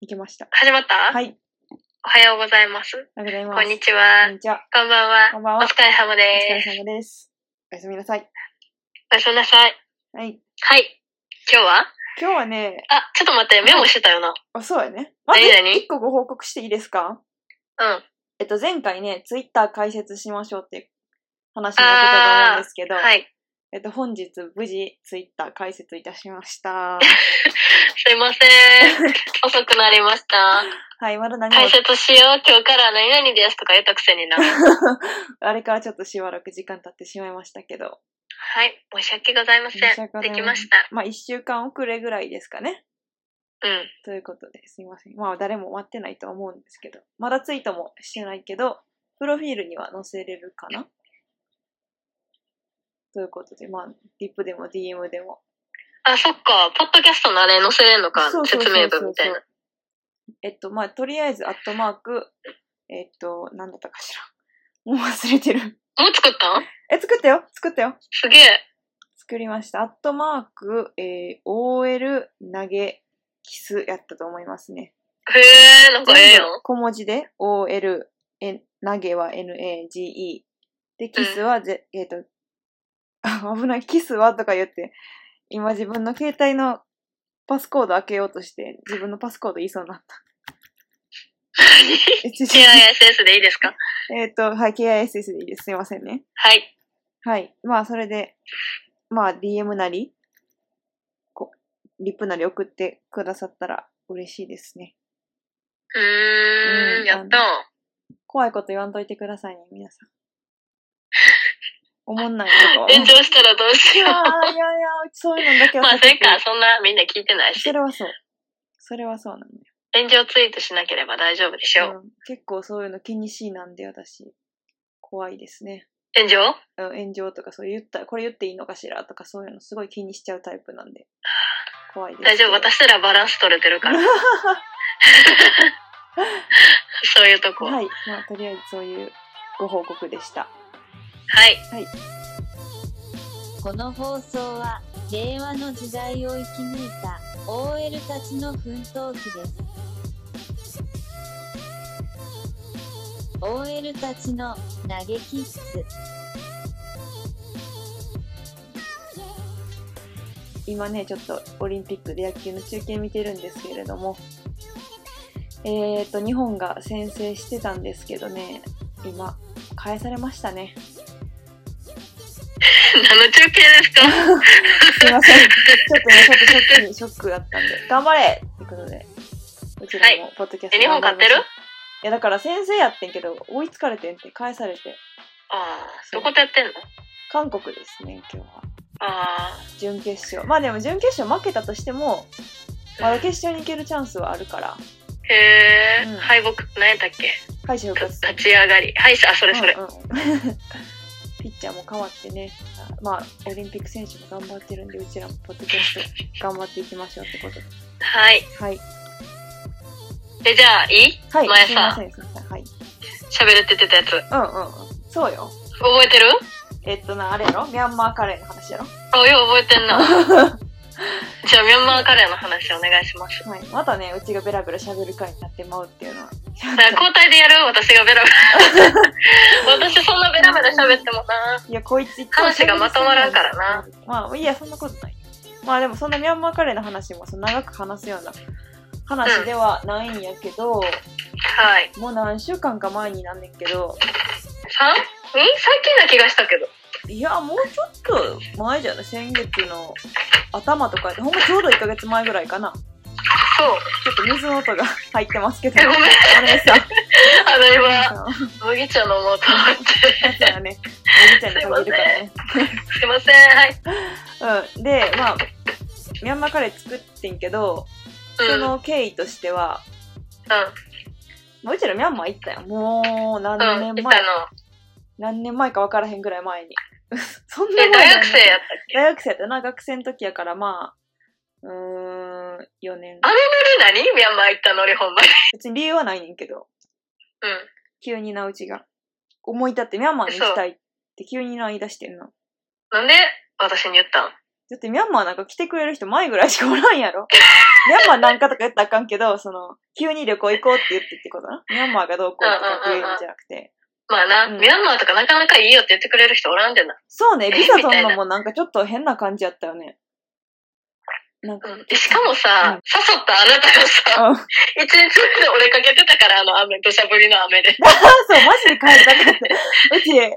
行けました。始まったはい。ありおはようございます。がとうございます。こんにちちはこん。にちは。こんばんは。こんばんおは。お疲れ様で疲れ様です。おやすみなさい。す。おやすみなさい。はい。はい。今日は今日はね、あ、ちょっと待って、メモしてたよな。あ、そうやね。まず何々一個ご報告していいですかうん。えっと、前回ね、ツイッター解説しましょうっていう話になってたと思うんですけど、はい。えっと、本日無事ツイッター解説いたしま した。すい ません。遅くなりました。はい、まだ何も解、説しよう。今日から何々ですとか言ったく せにな。はあれからちょっとしばらく時間経ってしまいましたけど、い。申し訳ございませ申し訳ごん。ざいでませんきました。まあ、一週間遅れぐらいですかね。うん。ということですいません。まあ、誰も待ってないと思うんですけど、まだツイートもしてないけど、プロフィールには載せれるかなということで、まあ、リップでも DM でも。あ、そっか。ポッドキャストのあれ載せれんのかそ。うそうそうそ説う明文みたいな。えっと、まあ、とりあえず、アットマーク、えっと、なんだったかしら。もう忘れてる。 もう作ったんえ、作ったよ作ったよすげえ。作りました。アットマーク、えー、OL 投げキスやったと思いますね。へえ、なんかええ全や部ん。小文字で OL、え投げは NAGE。で、キスはぜ、えっ、と、 あ危ない、キスはとか言って、今自分の携帯のパスコード開けようとして、自分のパスコード言いそうになった。 えちょちょ CISS でいいですかえっと、はい、KISS でいいです。すいませんね。はい。はい。まあ、それで、まあ、DM なり、こう、リップなり送ってくださったら嬉しいですね。うーうんん、やったん。怖いこと言わんといてくださいね、皆さん。おもんないとこ。炎上したらどうしいよや う。ーいやいや、そういうのだけはまあ、避せけんてか、そんなみんな聞いてないしそ。れはそう。それはそうなんだ炎上ツイートしなければ大丈夫でしょう。よ、うん結構そういうの気にしいなんで、私。怖いですね。炎上うん炎上とかそう言った、これ言っていいのかしらとかそういうのすごい気にしちゃうタイプなんで。怖いです。大丈夫。。私らバランス取れてる から。そういうとこ。は。はいい。まあ、とりあえずそういうご報告でした。この放送は令和の時代を生き抜いた OL たちの奮闘記です OL たちの嘆き室今ね、ちょっとオリンピックで野球の中継見てるんですけれども、えーと、日本が先制してたんですけどね、今、返されましたね。 何の中継ですかすいません。ちょっとね、ちょっとショックに、ショックだったんで、頑張れってことで、うちらもポッドキャストえ日本頑張りましょう勝ってるいや、だから先生やってんけど、追いつかれてんって、返されて、ああ、どこでやってんの韓国ですね、今日は。あ準決勝。まあでも準決勝負けたとしても、まだ決勝に行けるチャンスはあるから、あ、へえ、うん敗北、何やったっけ敗者復活立ち上がり。敗者、あ、それそれ。うんうん、 ピッチャーも変わってね、まあ、オリンピック選手も頑張ってるんで、うちらもポッドキャスト頑張っていきましょうってことで。はい。はい。え、じゃあ、いい、はい。前すいまさせ、ん、すいません。はい。喋るって言ってたやつ。うんうんうん。そうよ。覚えてるえっとな、あれやろミャンマーカレーの話やろあ、よう覚え てんな。じゃあ、ミャンマーカレーの話お願いします。はい。またね、うちがベラベラ喋る回になってまうっていうのは。だから交代でやる私がベラベ ラ。私そんなベラベラ喋ってもな。いや、こいつ一話がまとまらんからな。まあ、いや、そんなことない。まあでも、そんなミャンマーカレーの話もその長く話すような話ではないんやけど、はい。もう何週間か前になんねんけど、さんん最近な気がしたけど。いや、もうちょっと前じゃない先月の頭とかで、ほんまちょうど1ヶ月前ぐらいかな。そう。ちょっと水の音が 入ってますけど。え、ごめん。お姉さん。あの、今、あの麦茶飲もうと思って。 夏やね。おじちゃんに限るからね。すいません。はい。うん。で、まあ、ミャンマーカレー作ってんけど、うそん。うん。の経緯としては、もううちらミャンマー行ったよ。もう何うん。年いたの前、。何年前か分からへんぐらい前に。 そんなえ、前だよね大学生やったっけ大学生やったな、学生の時やから、まあ、うーん、4年。あのノリ何ミャンマー行ったノリほ んまに。別に理由はないねんけど、うん。急になうちが。思い立ってミャンマーに行きたいって急にな言い出してんな。なんで私に言ったん だってミャンマーなんか来てくれる人前ぐらいしかおらんやろ。ミャンマーなんかとか言ったらあかんけど、その、急に旅行行こうって言ってってことな。ミャンマーがどうこうとかっていうんじゃなくて。まあな、うんミャンマーとかなかなかいいよって言ってくれる人おらんでな。そうね、ビザ取みたんいのなもなんかちょっと変な感じやったよね。なん か、でしかもうんさ、誘ったあなたがさ、あ、そう、マ一日目でお出かけてたから、あの雨、土砂降りの雨で。 ジで帰りたか った。うち、ほん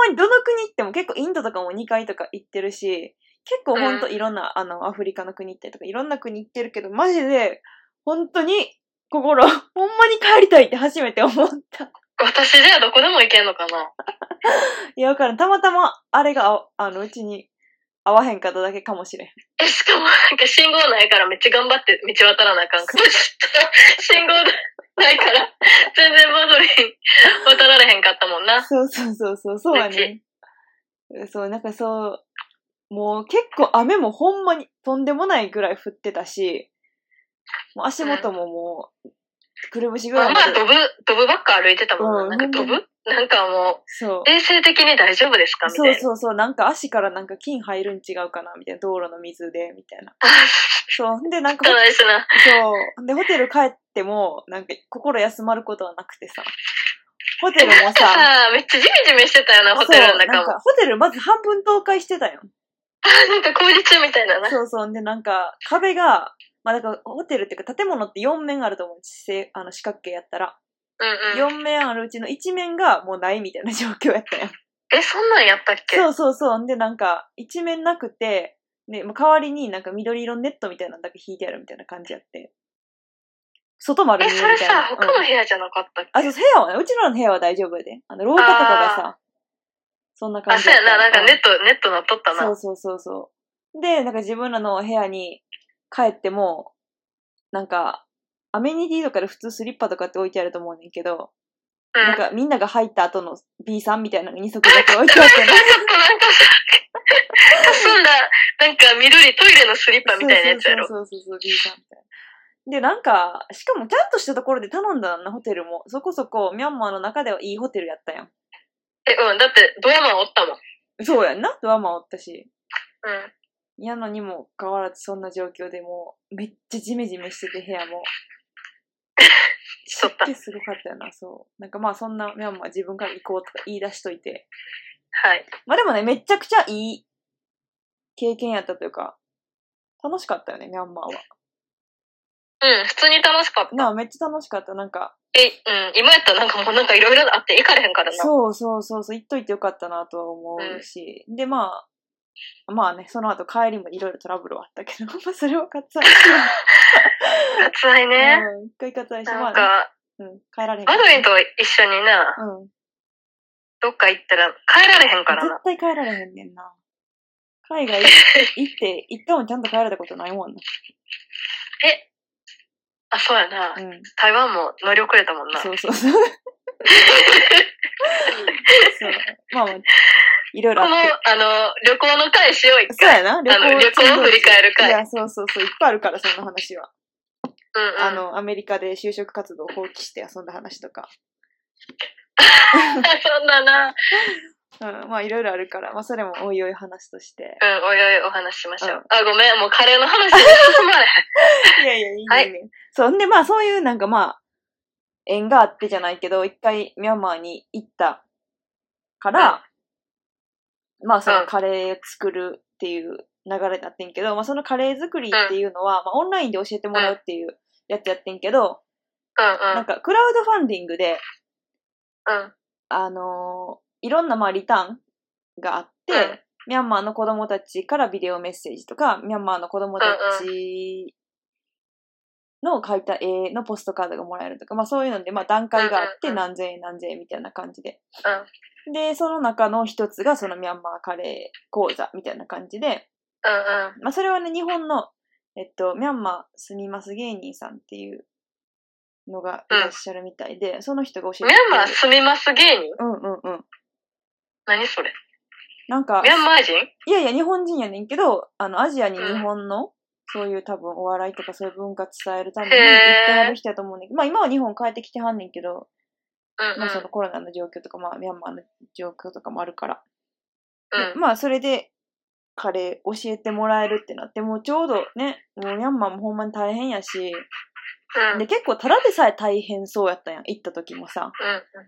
まにどの国行っても結構インドとかも2回とか行ってるし、結構ほんといろんな、あの、アフリカの国行ったりとかいろんな国行ってるけど、マジで、本当に心、ほ んまに帰りたいって初めて思った。私じゃあどこでも行けんのかないや、わからん。たまたま、あれがあ、あの、うちに合わへんかっただけかもしれん。え、しかもなんか信号ないからめっちゃ頑張って道渡らなあか んから。信号ないから、全然マドリン渡られへんかったもんな。そうそうそうそう、そうやね。そう、なんかそう、もう結構雨もほんまにとんでもないぐらい降ってたし、もう足元ももう、くるぶしぐまらあいままあ、で。ドブ、ドブばっか歩いてたもんうな。んなんかドブなんかもそうう、。衛生的に大丈夫ですかみたそいうな。そうそう、なんか足からなんか菌入るん違うかなみたいな、道路の水で、みたいな。あ、そう。で、なんか、汚いしな。そう。で、ホテル帰っても、なんか、心休まることはなくてさ。ホテルもささ、あ、めっちゃジメジメしてたよ な、ホテルその中うなんも。か、ホテルまず半分倒壊してたよ。あ なんか工事中みたいなな。そうそう。で、なんか、壁が、まあ、だから、ホテルっていうか、建物って4面あると思う。せあの、四角形やったら。うんうん。 4面あるうちの1面がもうないみたいな状 況やったよ。え、そんなんやったっけそうそうそう。で、なんか、1面なくて、ね、もう代わりになんか緑色のネットみたいなのだけ引いてあるみたいな感じやって。外丸え、見えみそたれいなさ、。うん他の部屋じゃなかったっけ、あ、そう、部屋はね、うちらの部屋は大丈夫やで。あの、廊下とかがさ、そんな感あ、じそうやな、なんかねネット、ネットなっとったな。そうそうそうそう。で、なんか自分らの部屋に帰っても、なんか、アメニティとかで普通スリッパとかって置いてあると思うねんけど、うん。なん ちょっかみんなが入った後の B さんみたいなのに2足だけ置いてあってね。となんかさ、かすんだ、なんか緑、トイレのスリッパ みたいなやつや ろ。そうそうそうそう、B さんみたいな。で、なんか、しかもちゃんとしたところで頼んだな、ホテルも。そこそこ、ミャンマーの中ではいいホテルやったやん。え、うん、だって、ドヤマンおったもん。そうやんな、ドアマンおったし。うん。やのにもかかわらずそんな状況でもうめっちゃジメジメしてて部屋も。 しとった湿気すごかったよな、そう。なんかまあそんなミャンマー自分から行こうとか言い出しといて。はい。まあでもね、めちゃくちゃいい経験やったというか、楽しかったよね、ミャンマーは。うん、普通に楽しかった。なあ、めっちゃ楽しかった。なんか、え、うん、今やったらなんかもうなんかいろいろあって行かれへんからな。そうそうそうそう、行っといてよかったなとは思うし。で、まあ、まあね、その後帰りもいろいろトラブルはあったけど、ま あそれは割愛して。つらいね。うん、一回割愛して、まあなんね、か、うん、帰られへんかマったドリンと一緒にな、うん。どっか行ったら帰られへんからな絶。対帰られへんねんな。海 外い行って、行ったもんちゃんと帰れたことないもんな。え、あ、そうやな。うん。台湾も乗り遅れたもんな。そうそう そう。そう。まあまあ、いろいろあこの、って。あの、旅行の回しよう、一そう回。やな、あの、旅行を振り返るい回。や、そうそうそう、いっぱいあるから、そんな話は。うんうん、あの、アメリカで就職活動を放棄して遊んだ話とか。 そんなな、うん、まあいろいろあるから、まあそれもおいおい話として。うん、おいおいお話ししましょう。うんあ、ごめん、もうカレーの話に進まれへいん。やいや、いいね、はいいね。そう、んで、まあ、そういう、なんかまあ、縁があってじゃないけど、一回ミャンマーに行ったから、まあ、そうのんカレー作るっていう流れだってんけど、まあ、そのカレー作りっていうのは、まあ、オンラインで教えてもらうっていうやつやってんけど、うんなんか、クラウドファンディングで、うん、うん。あのーいろんな、まあ、リターンがあって、うんミャンマーの子供たちからビデオメッセージとか、ミャンマーの子供たちの描いた絵のポストカードがもらえるとか、まあそういうので、まあ段階があっうんてうん何千円何千円みたいな感じで。で、その中の一つがそのミャンマーカレー講座みたいな感じで、うん、うん。まあそれはね、日本の、えっと、ミャンマー住みます芸人さんっていうのがいらっしゃるみたいで、その人が教えてくミャれるンマー住みます芸人うんうんうん。何それなんかミ、ャンマー人いやいや、日本人やねんけど、あの、アジアに日本の、そういう多分お笑いとかそういう文化伝えるために行へーってはる人やと思うねんけど、まあ今は日本帰ってきてはんねんけど、うん、うん。まあそのコロナの状況とか、まあミャンマーの状況とかもあるから。うん、まあそれで、カレー教えてもらえるってなって、もうちょうどね、もうミャンマーもほんまに大変やし、うん。で、結構ただでさえ大変そうやったやん、行った時もさ。うん。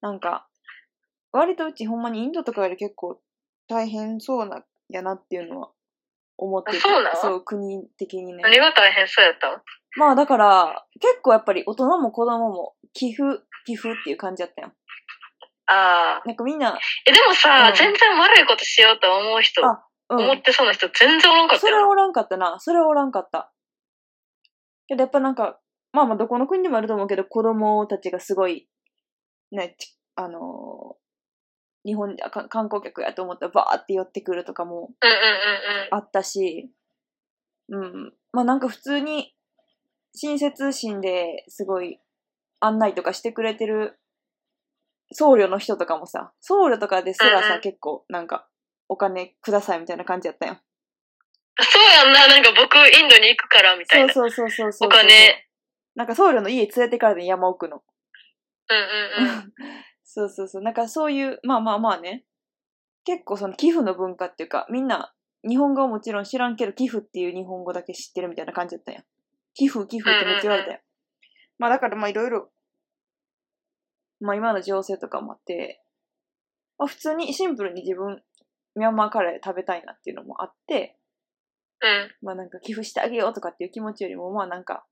なんか、割とうちほんまにインドとかより結構大変そうなんやなっていうのは思っててあそうなのそう、国的にね。何が大変そうやったんまあだから、結構やっぱり大人も子供も寄付、寄付っていう感じやったやん。ああ。なんかみんな、え、でもさ、うん全然悪いことしようと思う人、あうん。思ってそうな人全然おらんかっそたれよ。はおらんかったな。それはおらんかった。けどやっぱなんか、まあまあどこの国でもあると思うけど、子供たちがすごい、ね、ちあのー日本じゃか観光客やと思ったらバーって寄ってくるとかもうんうんあったし、うん。まあなんか普通に親切心ですごい案内とかしてくれてる僧侶の人とかもさ、僧侶とかですらうんうさ、ん結構なんかお金くださいみたいな感じやったよ。うんうん。そうやんな、なんか僕、インドに行くから、みたいな。そうそうそうそうそう。お金。なんか僧侶の家連れてからで山奥の。うんうんうん。そうそうそう。なんかそういう、まあまあまあね。結構その寄付の文化っていうか、みんな日本語はもちろん知らんけど、寄付っていう日本語だけ知ってるみたいな感じだったんや。寄付、寄付ってめっちゃ言われたよ。まあだからまあいろいろ、まあ今の情勢とかもあって、まあ普通にシンプルに自分、ミャンマーカレー食べたいなっていうのもあって、うん。まあなんか寄付してあげようとかっていう気持ちよりも、まあなん か、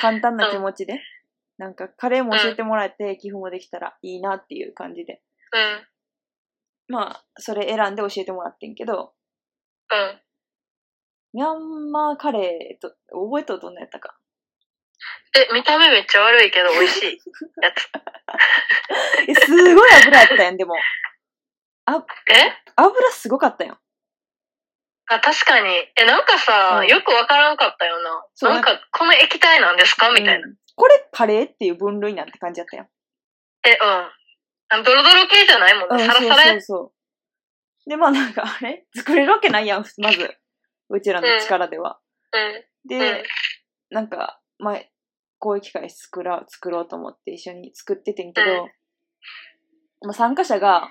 簡単な気持ちで、なんかカレーも教えてもらえて、寄付もできたらいいなっていう感じで。うん。まあ、それ選んで教えてもらってんけど、うん。ミャンマーカレーと、覚えとるどんなやったか。え、見た目めっちゃ悪いけど、美味し いやつ。え、すごい油やったやん、でも。え油すごかったやん。あ、確かに。え、なんかさ、うんよくわからんかったよな。そうなんか、この液体なんですかみたいな。うんこれカレーっていう分類なんて感じやったやん。え、うんあ。ドロドロ系じゃないもんうん、ね。そうサラサラそやうそう。で、まあなんか、あれ作れるわけないやん、まず。うちらの力では。うん。で、なんか、前、こういう機会作ら作ろうと思って一緒に作っててんけど、まあ、参加者が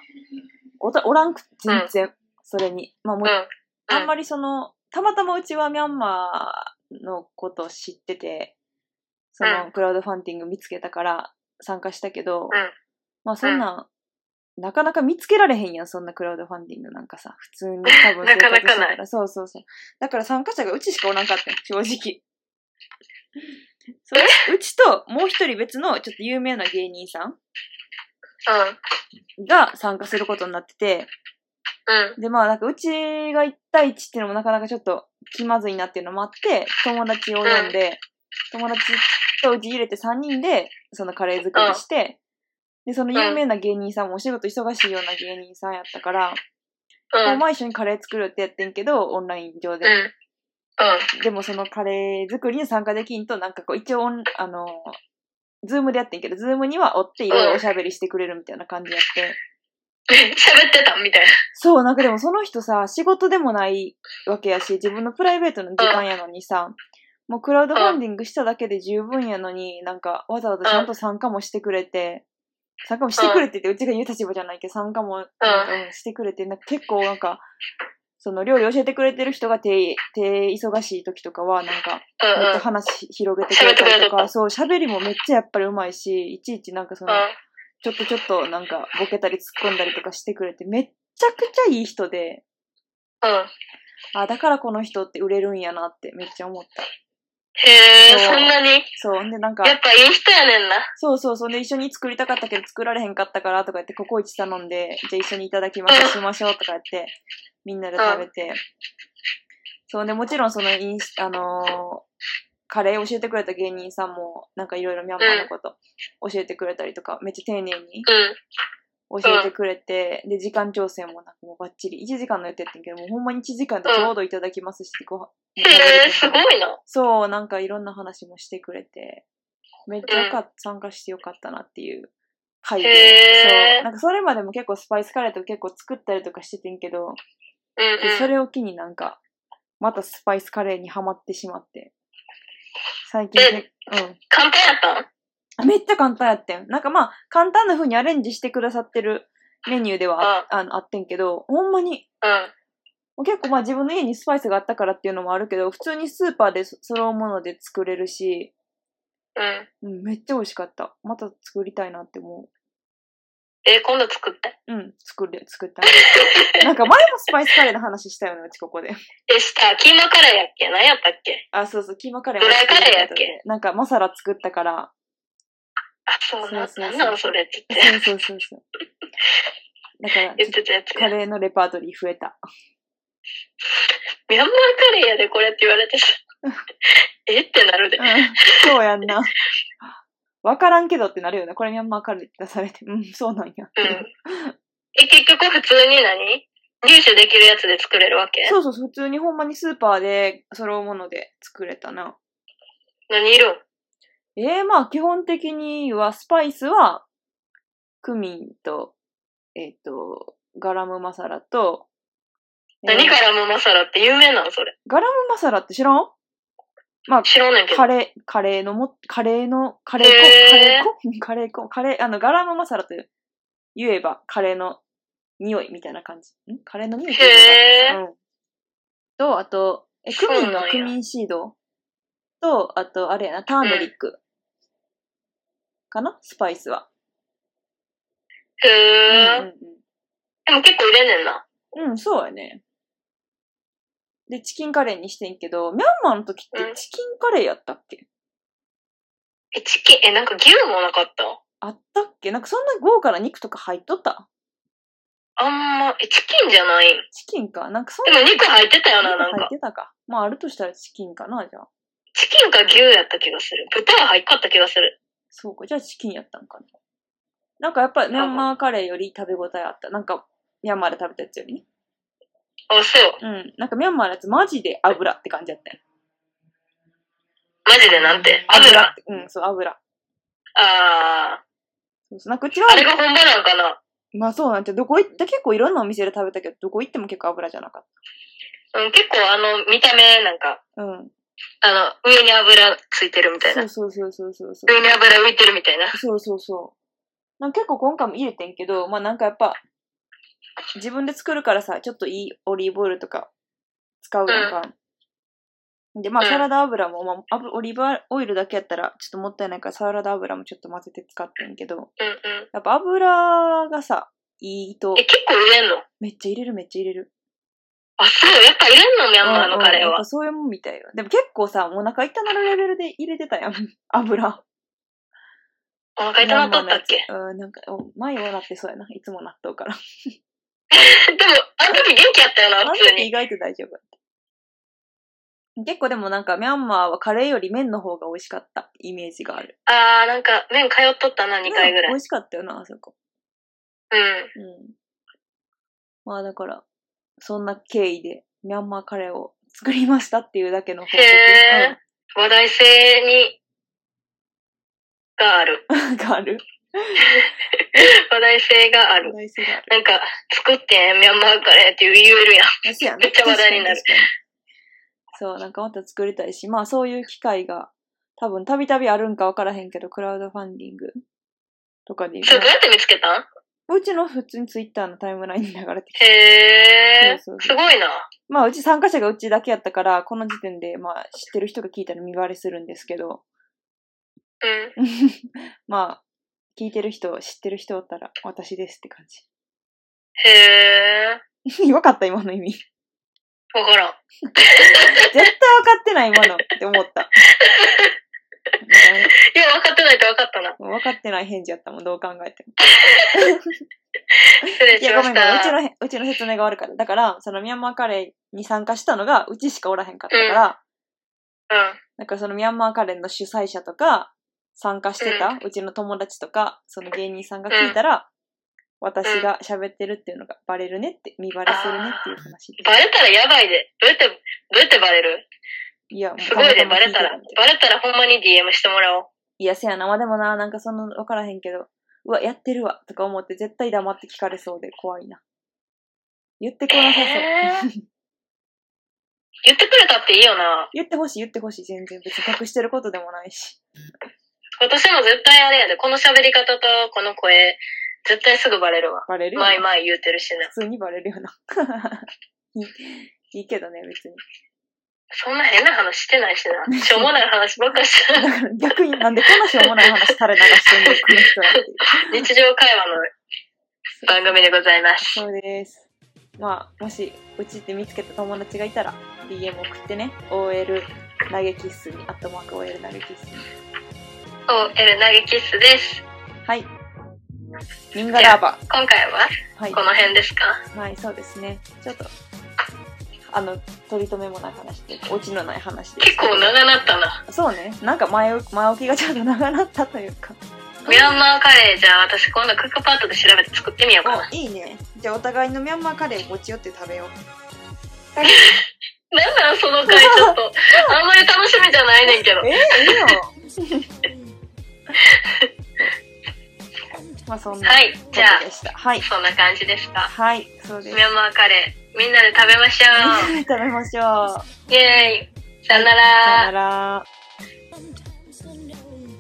おたおらんく全然、それに。まあもううん。あんまりその、たまたまうちはミャンマーのことを知ってて、その、うクラウドファンディング見つけたから参加したけど、うんまあそんなん、なかなか見つけられへんやん、そんなクラウドファンディングなんかさ。普通に多 分なかなかないしてたら。そうそうそう。だから参加者がうちしかおらんかったん正 直。そううちともう一人別のちょっと有名な芸人さんうん。が参加することになってて、うん。で、まあ、なんか、うちが1対1っていうのもなかなかちょっと気まずいなっていうのもあって、友達を呼んで、友達とうち入れて3人で、そのカレー作りして、で、その有名な芸人さんもお仕事忙しいような芸人さんやったから、うん。ほうんん。まは一緒にカレー作るってやってんけど、オンライン上で。うん。 でもそのカレー作りに参加できんと、なんかこう、一応オン、あの、ズームでやってんけど、ズームにはおっていろいろおしゃべりしてくれるみたいな感じやって。喋ってたみたいな。そう、なんかでもその人さ、仕事でもないわけやし、自分のプライベートの時間やのにさ、もうクラウドファンディングしただけで十分やのに、なんかわざわざちゃんと参加もしてくれて、参加もしてくれてって、うちが言う立場じゃないけど、参加もなんかうんしてくれて、なんか結構なんか、その料理教えてくれてる人が手、手忙しい時とかは、なんか、うんめっうん。うちゃん。話広げてくれたりと喋か、そう、喋りもめっちゃやっぱりうまいし、いちいちなんかその、ちょっとちょっとなんかボケたり突っ込んだりとかしてくれて、めっちゃくちゃいい人で、うん。あ、だからこの人って売れるんやなってめっちゃ思った。へえ、そうそんなにそう。んで、なんか、やっぱいい人やねんな。そうそうそう。で、一緒に作りたかったけど作られへんかったからとか言って、ココイチ頼んで、じゃあ一緒にいただきましょう、しましょうとか言って、みんなで食べて。そうで、もちろんそのインス、あのーカレー教えてくれた芸人さんも、なんかいろいろミャンマーのこと教えてくれたりとか、めっちゃ丁寧にうん。教えてくれて、で、時間調整もなんかもうバッチリ、1時間の予定やってんけど、もうほんまに1時間でちょうどいただきますし、ご飯。へえ、すごいな。そう、なんかいろんな話もしてくれて、めっちゃよかっ参加してよかったなっていう回で、そへーう、なんかそれまでも結構スパイスカレーとか結構作ったりとかしててんけど、うんうん。でそれを機になんか、またスパイスカレーにハマってしまって、最近け、うん。簡単やったんめっちゃ簡単やってん。なんかまあ、簡単な風にアレンジしてくださってるメニューではああのあってんけど、ほんまにうん。もう結構まあ自分の家にスパイスがあったからっていうのもあるけど、普通にスーパーでそ揃うもので作れるし、ううん。ん、めっちゃ美味しかった。また作りたいなって思えー今度作って。う。うん、作れ、作った。 なんか前もスパイスカレーの話したよね、うちここで。え、した、キーマカレーやっけ何やったっけあ、そうそう、キーマカレードライカレーやっけなんかマサラ作ったから。あ、そうな、そうそうそうなんなんそれってそ言うって。そうそうそう。だから、言ってたやつカや。レーのレパートリー増え た。ミャンマーカレーやで、これって言われ てさ。えってなるでう。んそうやんな。わからんけどってなるよな。これミャンマーカレーって出されて。うん、そうなんや。うん。え、結局普通に何入手できるやつで作れるわけそうそう、普通にほんまにスーパーで揃うもので作れたな。何いるんええまあ基本的にはスパイスは、クミンと、えっ、と、ガラムマサラと、何えーガラムマサラって有名なのそれ。ガラムマサラって知らん知らんねんけど。カレー、カレーのも、カレーの、カレー粉、カレへー粉 カレー粉、カレー、あの、ガラムマサラと言えば、カレーの匂いみたいな感じ。んカレーの匂いっていうのかなうん。と、あと、え、クミンそうなのんやクミンシードと、あと、あれやな、ターメリック。かなスパイスは。へうんー、うんでも結構入れんねんな。うん。うん、そうやね。で、チキンカレーにしてんけど、ミャンマーの時っうてんチキンカレーやったっけ、え、チキン、え、なんか牛もなかったあったっけなんかそんな豪華な肉とか入っとったあんま、え、チキンじゃないんチキンか。なんかそんでなも肉入ってたよな、肉なん入っか。てたか。まああるとしたらチキンかな、じゃあ。チキンか牛やった気がする。豚は入っかった気がする。そうか、じゃあチキンやったんかな。なんかやっぱミャンマーカレーより食べ応えあった。なんか、ミャンマーで食べたやつよりね。あ、そう。うん。なんかミャンマーのやつマジで油って感じやったよ。マジでなんて。油ってうん、そう、油。あそうそう。なんかうちはー。あ、れが本場なんかなまあそうなんて、どこ行って、結構いろんなお店で食べたけど、どこ行っても結構油じゃなかっうん、結構あの、見た目、なんか、た。うん。あの、上に油ついてるみたいそなう。そうそうそうそうそう。上に油浮いてるみたいな。そうそうそう。なんか結構今回も入れてんけど、まあなんかやっぱ、自分で作るからさ、ちょっといいオリーブオイルとか使うやんか。で、まあうんサラダ油も、まあ、油オリーブオイルだけやったらちょっともったいないからサラダ油もちょっと混ぜて使ってんけど、うんうん。やっぱ油がさ、いいとえ、、結構入れんのめっちゃ入れるめっちゃ入れる。あ、そう。やっぱ入れんのミャンマーのカうんうレーんやっはぱ。そういうもんみたいよ。でも結構さ、お腹痛なるレベルで入れてたやん。 油。お腹痛なっとったっけうん、なんか、お前はなってそうやな。いつも納豆から。 でも、あの時元気やったよあな、の普通時意に。外と大丈夫。結構でもなんかミャンマーはカレーより麺の方が美味しかったイメージがある。あー、なんか、麺通っとったな、2回ぐ美らい。うん。味しかったよな、あそこ。うん。まあだから、そんな経緯でミャンマーカレーを作りましたっていうだけの報告、へ話題性に、が ある。うん、がある。話題性がある。大事がある。なんか、作ってん、ミャンマーカレーって言えるやん。そうやねめっちゃ話題になる確かに確かにそう、なんかまた作りたいし、まあそういう機会が多分たびたびあるんかわからへんけど、クラウドファンディングとかで。それどうやって見つけたんうちの普通にツイッターのタイムラインに流れてきて。へー。すそうそうそうごいな。まあうち参加者がうちだけやったから、この時点でまあ知ってる人が聞いたら見バレするんですけど、 うん。まあ聞いてる人、知ってる人おったら私ですって感 へじ。わかった今の意味。絶ー。わからん。対わかってない今のって思った。 なんかいや、分かってないと分かったな。もう分かってない返事やったもん、どう考えても。失礼いしや、まごめんしごめん。うちた。のへ、うちの説明が悪かった。だから、そのミャンマーカレーに参加したのが、うちしかおらへんかったから、うん。なんかそのミャンマーカレーの主催者とか、参加してた、うちの友達とか、その芸人さんが聞いたら、私が喋ってるっていうのがバレるねって、見バレするねっていう話でバレたらやばいで。どうやって、どうやってバレるいや、もうすごいで、バレたたらみ。たいバレたらほんまに DM してもらおう。いや、せやな。まあ、でもな、なんかその、わからへんけど、うわ、やってるわ、とか思って、絶対黙って聞かれそうで怖いな。言ってこなさそう。えー言ってくれたっていいよな。言ってほしい、言ってほしい、全然。別に隠してることでもないし。私も絶対あれやで。この喋り方とこの声、絶対すぐバレるわ。バレるよな前々言うてるしな。普通にバレるよな。 いいけどね、別に。 そんな変な話してないしな。しょうもない話ばっかしてだ かる。ら逆になんでこんなしょうもない話垂れ流してんの、この人らっていう。日常会話の番組でございます。そうです。まあ、もし、うちで見つけた友達がいたら、DM 送ってね、OL 投げキッスに、アットマーク OL 投げキッスに。 OL 投げキッスです。はい。ニンガラーバ。今回ははいこ。の辺ですかはい、そうですね。ちょっと、あの、取り留めもない話で、オチのない話で。結構長なったな。そうね。なんか前置き、前置きがちょっと長なったという か。ミャンマーカレーじゃあ私今度クックパッドで調べて作ってみようかな。お、いいね。じゃあお互いのミャンマーカレーを持ち寄って食べよう。なんなんその回ちょ っと。あんまり楽しみじゃないねんけどえ。えいいよ。まあそんなはい。こじゃとでした。はいあ、。そんな感じですか。はい。そうでミす。ャンマーカレー、みんなで食べまし ょう。食べましょう。イェーイ。さよなさよなら。ら。 Sunday.